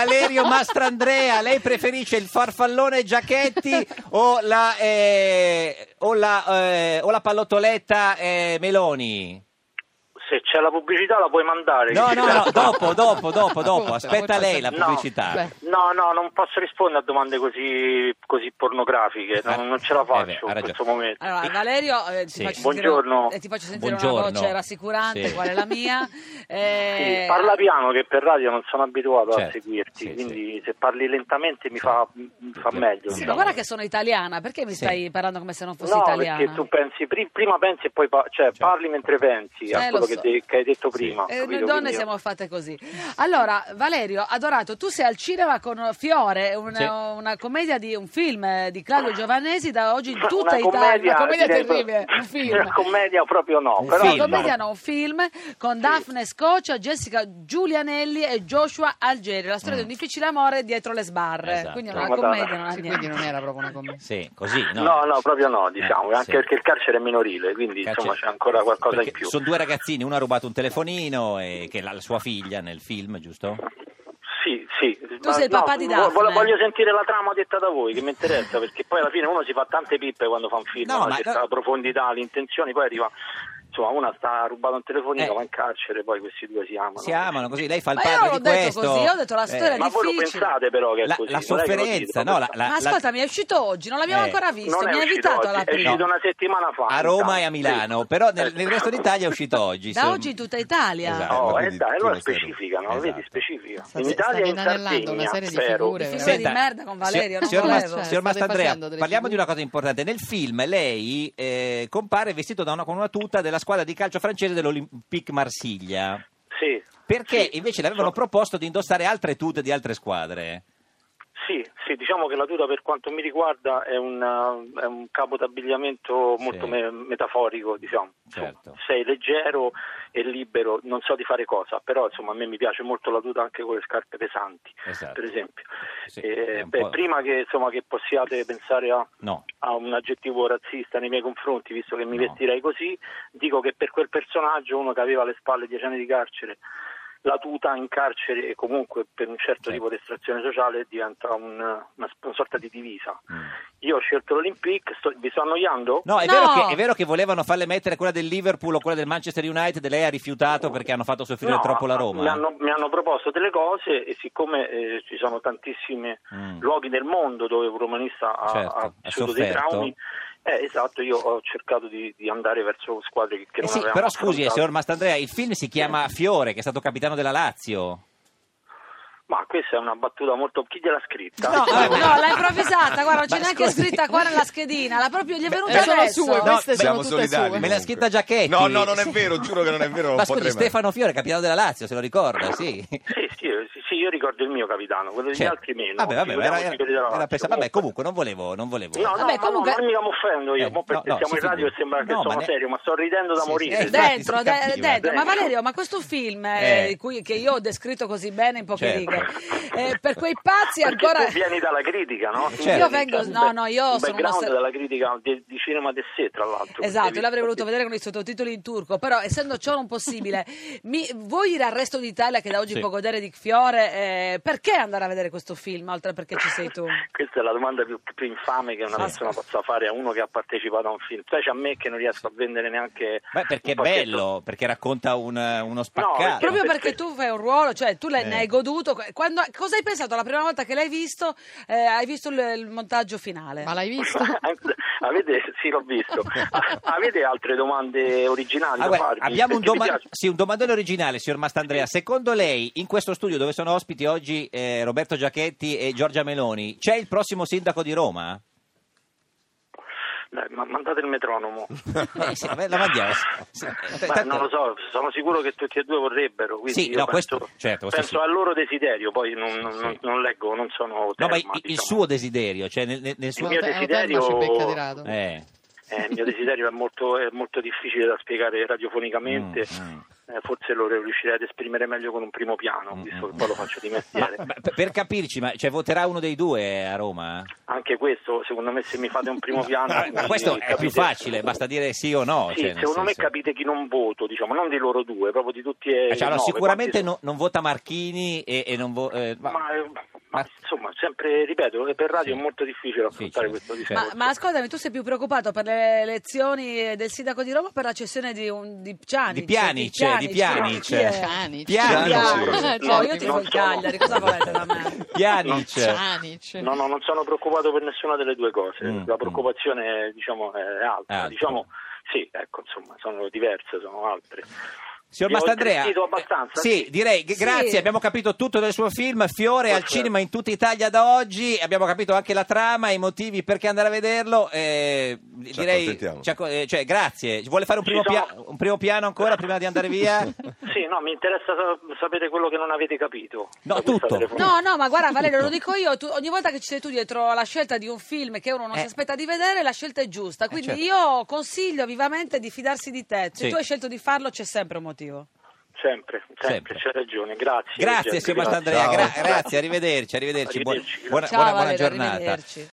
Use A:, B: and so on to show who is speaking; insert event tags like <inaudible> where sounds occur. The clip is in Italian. A: Valerio Mastrandrea, lei preferisce il farfallone Giachetti o la, eh, o la, eh, o la pallottoletta eh, Meloni?
B: Se c'è la pubblicità la puoi mandare.
A: No,
B: che
A: no,
B: ci
A: no,
B: serve.
A: dopo, dopo, dopo, dopo.
C: Appunto,
A: Aspetta
C: appunto,
A: lei la
B: No.
A: pubblicità.
C: Beh.
B: No, no, non posso rispondere a domande così, così pornografiche,
A: Eh,
B: non, non ce
A: eh
B: la
A: beh,
B: faccio
A: ha
B: in
A: ragione.
B: questo momento.
D: Allora, Valerio, eh, ti,
A: Sì.
D: faccio sentire-
B: Buongiorno.
D: eh, ti faccio sentire
A: Buongiorno.
D: una voce rassicurante,
A: Sì.
D: qual è la
A: <laughs>
D: mia.
B: Sì,
D: Eh,
B: parla piano che per radio non sono abituato
A: Certo,
B: a seguirti,
A: sì,
B: quindi se parli lentamente mi fa, mi fa
A: Sì, sì,
B: meglio.
D: Sì, ma
B: diciamo.
D: guarda che sono italiana, perché mi
A: Sì.
D: stai parlando come se non fossi
B: No, perché
D: italiana?
B: tu pensi, pri- prima pensi e poi pa- cioè, parli mentre pensi
D: Eh,
B: a
D: lo
B: quello
D: so.
B: che, de- che hai detto
A: Certo. Sì.
B: prima.
D: Eh,
B: capito?
D: noi donne
B: Quindi-
D: siamo fatte così. Allora, Valerio, adorato, tu sei al cinema con Fiore, un-
A: Sì.
D: una commedia di un film eh, di Claudio Giovanesi da oggi in
B: <laughs> Una
D: tutta Italia.
B: commedia,
D: Una commedia
B: direi-
D: terribile,
B: <laughs>
D: un
B: Una
D: film.
B: commedia proprio no,
A: Un
B: però
A: film.
D: No, commedia no, un film con Daphne Scocia, Jessica Giulianelli e Joshua Algeri, la storia di un difficile amore dietro le sbarre.
A: Esatto.
D: Quindi è una
B: Ma dai.
D: commedia, non ha
C: Sì,
D: niente.
C: quindi non era proprio una commedia.
A: Sì, così, Ah, no?
B: No, no, proprio no, diciamo,
A: Eh,
B: anche
A: sì.
B: perché il carcere è minorile, quindi
A: Caccia-
B: insomma c'è ancora qualcosa
A: perché
B: in più.
A: Sono due ragazzini, uno ha rubato un telefonino e che è la, la sua figlia nel film, giusto?
B: Sì, sì.
D: Tu sei il papà di
B: vo-
D: Daphne.
B: voglio sentire la trama detta da voi, che mi interessa, perché poi alla fine uno si fa tante pippe quando fa un film,
A: No,
B: no,
A: ma-
B: cerca la profondità, le intenzioni, poi arriva... Insomma, una sta rubando un telefonino,
A: Eh.
B: va in carcere, poi questi due si amano.
A: Si amano così, lei fa il
D: Ma io
A: padre
D: non
A: di
D: l'ho detto
A: questo. Eh,
D: così, io ho detto la
B: Ma
D: storia
B: voi lo
D: difficile.
B: pensate però che è
A: la,
B: così.
A: la
B: non è che lo dite,
A: sofferenza, no?
B: lo
A: La,
B: pensate.
A: la-
D: Ma
A: la-
D: ascolta, mi è uscito oggi, non l'abbiamo
A: Eh.
D: ancora visto,
B: Non
D: mi
B: è
D: ha
B: uscito
D: invitato
B: oggi,
D: alla
B: è uscito
D: prima.
B: una settimana fa.
A: a Roma e a
B: Sì.
A: Milano, però nel,
B: Eh.
A: nel resto d'Italia è
D: <laughs>
A: uscito oggi.
D: Da
A: se-
D: oggi in tutta Italia.
A: Esatto.
B: No,
A: quindi
B: eh, dai,
A: tu
B: allora
A: lo stai-
B: specifica, no?
A: Esatto.
B: Vedi, specifica.
C: State-
B: in Italia e in
C: state inanellando
B: Sardegna,
C: una serie di
B: spero.
C: figure,
D: Figure
C: veramente.
A: Senta,
D: di merda con Valerio,
A: signor-
D: non
A: signor,
D: volevo.
A: Mas-
C: Cioè,
A: signor
C: state
A: Mastandrea,
C: facendo delle
A: parliamo di una
C: figure.
A: cosa importante. Nel film lei eh, compare vestito da una, con una tuta della squadra di calcio francese dell'Olympique Marsiglia.
B: Sì.
A: Perché
B: Sì.
A: invece le avevano
B: So-
A: proposto di indossare altre tute di altre squadre.
B: Sì, sì, diciamo che la tuta per quanto mi riguarda è un, eh, è un capo d'abbigliamento
A: Sì.
B: molto me- metaforico, diciamo. Insomma,
A: Certo.
B: Sei leggero e libero, non so di fare cosa, però insomma a me mi piace molto la tuta anche con le scarpe pesanti,
A: Esatto.
B: per esempio.
A: Sì,
B: Eh,
A: è un
B: beh,
A: po'-
B: Prima che, insomma, che possiate pensare a,
A: No.
B: a un aggettivo razzista nei miei confronti, visto che mi
A: No.
B: vestirei così, dico che per quel personaggio, uno che aveva alle spalle dieci anni di carcere, la tuta in carcere e comunque per un certo
A: Certo.
B: tipo di estrazione sociale diventa un- una, una sorta di divisa.
A: Mm.
B: Io ho scelto l'Olympique, sto- vi sto annoiando?
A: No, è,
D: No!
A: Vero che, è vero che volevano farle mettere quella del Liverpool o quella del Manchester United, lei ha rifiutato perché hanno fatto soffrire
B: No,
A: troppo la
B: Mi
A: Roma. eh?
B: hanno, mi hanno proposto delle cose e siccome eh, ci sono tantissimi
A: Mm.
B: luoghi nel mondo dove un romanista ha,
A: Certo,
B: ha
A: ha
B: vissuto dei
A: sofferto.
B: traumi, eh, esatto, io ho cercato di, di andare verso squadre che, che
A: Eh
B: non
A: sì,
B: avevamo
A: però scusi, eh,
B: affrontato.
A: signor Mastandrea, il film si chiama Fiore, che è stato capitano della Lazio.
B: Ma questa è una battuta molto... chi gliel'ha scritta?
A: No,
D: No,
A: vabbè,
B: Allora,
A: ma-
D: l'ha improvvisata, guarda, non c'è
A: Ma
D: neanche
A: scusi.
D: scritta qua nella schedina, la proprio gli è venuta
C: Eh, sono
D: adesso.
C: sue,
A: No,
C: queste sono
E: Siamo
C: tutte
E: solidari.
C: sue.
A: Me l'ha
E: comunque.
A: scritta Giacchetti.
E: No, no, non è vero, giuro che non è vero.
A: <laughs>
E: non
A: Ma
E: potrei
A: scusi,
E: mai.
A: Stefano Fiore, capitano della Lazio, se lo ricorda, sì.
B: Sì, sì, sì, sì, io ricordo il mio capitano, quello degli
A: Cioè,
B: altri meno.
A: Vabbè, vabbè, era,
B: Figuriamoci
A: era-
B: quelli della
A: era
B: Lazio,
A: pensa- vabbè, comunque non volevo, non volevo.
B: No, no,
D: Vabbè,
B: ma
D: comunque-
B: no, ma mica mi offendo io,
A: Eh,
B: mo perché
A: no, no, si
B: siamo in radio e
A: figuri.
B: sembra che
A: No, ma
B: sono
A: ne-
B: serio, ma sto ridendo da
A: Sì, sì,
B: morire.
A: eh, esatto.
D: Dentro,
A: si
D: de-
A: capiva.
D: dentro,
B: Dentro.
D: ma Valerio, ma questo film eh,
A: Eh.
D: di cui- che io ho descritto così bene in poche
A: Certo.
D: righe, eh, per quei pazzi
B: Perché
D: ancora...
B: tu vieni dalla critica, no?
A: Certo. Io
D: vengo-
B: Cioè,
D: no,
B: un
D: no, io
B: un
D: sono
B: background
D: una-
B: dalla critica di, di cinema di sé, tra l'altro.
D: Esatto,
B: Quindi-
D: io l'avrei voluto vedere con i sottotitoli in turco, però essendo ciò non possibile, mi, voi il resto d'Italia che da oggi
A: Sì.
D: può godere di Fiore, eh, perché andare a vedere questo film, oltre perché ci sei
B: <laughs>
D: tu?
B: Questa è la domanda più, più infame che una
A: Sì.
B: persona possa fare a uno che ha partecipato a un film, specie a me che non riesco a vendere neanche.
A: Beh, perché è
B: un pacchetto.
A: bello, perché racconta un- uno
B: perché-
A: spaccato.
D: Proprio
B: Perché-
D: perché tu fai un ruolo, cioè tu le-
A: Eh.
D: ne hai goduto. Quando, cosa hai pensato la prima volta che l'hai visto? eh, hai visto il, il montaggio finale?
B: <laughs>
C: Ma l'hai visto?
B: Avete, sì, l'ho
D: <laughs>
B: visto. A- Avete altre domande originali
A: Ah,
B: da
A: guarda,
B: farmi?
A: abbiamo un,
B: Perché mi
A: doma-
B: piace-
A: sì, un domandone originale, signor Mastandrea. Secondo lei, in questo studio dove sono ospiti oggi eh, Roberto Giachetti e Giorgia Meloni, c'è il prossimo sindaco di
B: <laughs>
A: Roma?
B: Dai, ma mandate
A: <laughs>
B: il metronomo.
A: Eh, sì, vabbè, la mandiamo.
B: <laughs>
A: Sì,
B: Beh,
A: eh, tanto-
B: non lo so, sono sicuro che tutti e due vorrebbero. Quindi
A: Sì,
B: io
A: no,
B: penso,
A: questo- certo, questo
B: penso
A: sì.
B: al loro desiderio, poi non, non-
A: Sì.
B: non leggo, non sono.
A: No, ma
B: terma,
A: i- il
B: diciamo.
A: suo desiderio, cioè nel, nel- nel suo...
B: mio
C: Otelma eh, ci
B: desiderio-
C: becca di rado.
A: Eh,
B: Eh, il mio desiderio è molto, è molto difficile da spiegare radiofonicamente,
A: Mm, mm.
B: eh, forse lo riuscirei ad esprimere meglio con un primo piano,
A: Mm,
B: visto che
A: mm.
B: poi lo faccio di
A: <laughs> Ma-
B: mestiere.
A: ma per- per capirci, ma cioè, voterà uno dei due a Roma?
B: Anche questo, secondo me, se mi fate un primo piano...
A: Ma- ma
B: mi-
A: questo è più
B: capite-
A: facile, basta dire sì o no.
B: Sì,
A: cioè, nel
B: secondo me
A: senso-
B: capite chi non voto, diciamo, non di loro due, proprio di tutti e
A: Eh, cioè, allora,
B: nove,
A: sicuramente
B: quanti
A: no- non vota Marchini e, e non vota...
B: sono? Ma, eh, ma,
A: Ma-
B: insomma, sempre, ripeto, che per radio
A: Sì.
B: è molto difficile affrontare
A: Difficile,
B: questo
A: sì.
B: discorso.
D: Ma, ma ascoltami, tu sei più preoccupato per le elezioni del sindaco di Roma o per la cessione di, un, di Pjanic?
A: Di Pjanic, di Pjanic.
D: Chi è?
C: Pjanic.
A: Piano.
D: eh. Pjanic.
C: Sì.
D: Oh, io
C: Non
D: ti il Cagliari, cosa volete da me? Cioè,
A: Pjanic.
C: Pjanic.
B: No, no, non sono preoccupato per nessuna delle due cose.
A: Mm,
B: La preoccupazione, diciamo, è altra.
A: Altra.
B: Diciamo, sì, ecco, insomma, sono diverse, sono altre.
A: Signor
B: Vi ho
A: Mastandrea,
B: intristito abbastanza?
A: sì, direi che
D: Sì.
A: grazie, abbiamo capito tutto del suo film Fiore al
B: Forse-
A: cinema in tutta Italia da oggi, abbiamo capito anche la trama, i motivi perché andare a vederlo, eh, direi,
E: accontentiamo.
A: ci acco- eh, cioè, grazie, vuole fare un primo,
B: Ci sono-
A: pia- un primo piano ancora prima di andare
B: <laughs>
A: via?
B: Sì, no, mi interessa sa- sapere quello che non avete capito.
A: No,
B: da questa
A: tutto.
B: telefonata.
D: No, no, ma guarda Valerio, lo dico io, tu- ogni volta che ci sei tu dietro alla scelta di un film che uno non
A: Eh.
D: si aspetta di vedere, la scelta è giusta. Quindi
A: certo.
D: io consiglio vivamente di fidarsi di te. Se
A: Sì.
D: tu hai scelto di farlo c'è sempre un motivo.
B: Sempre, sempre,
A: Sempre.
B: c'è ragione. Grazie.
A: Grazie,
B: Giuseppe,
A: signor
B: grazie.
A: Mastandrea, gra-
E: Ciao.
A: grazie, arrivederci, arrivederci, buona,
B: Arrivederci,
A: buona-
D: Ciao
A: buona- buona
D: Valerio,
A: giornata.
D: arrivederci.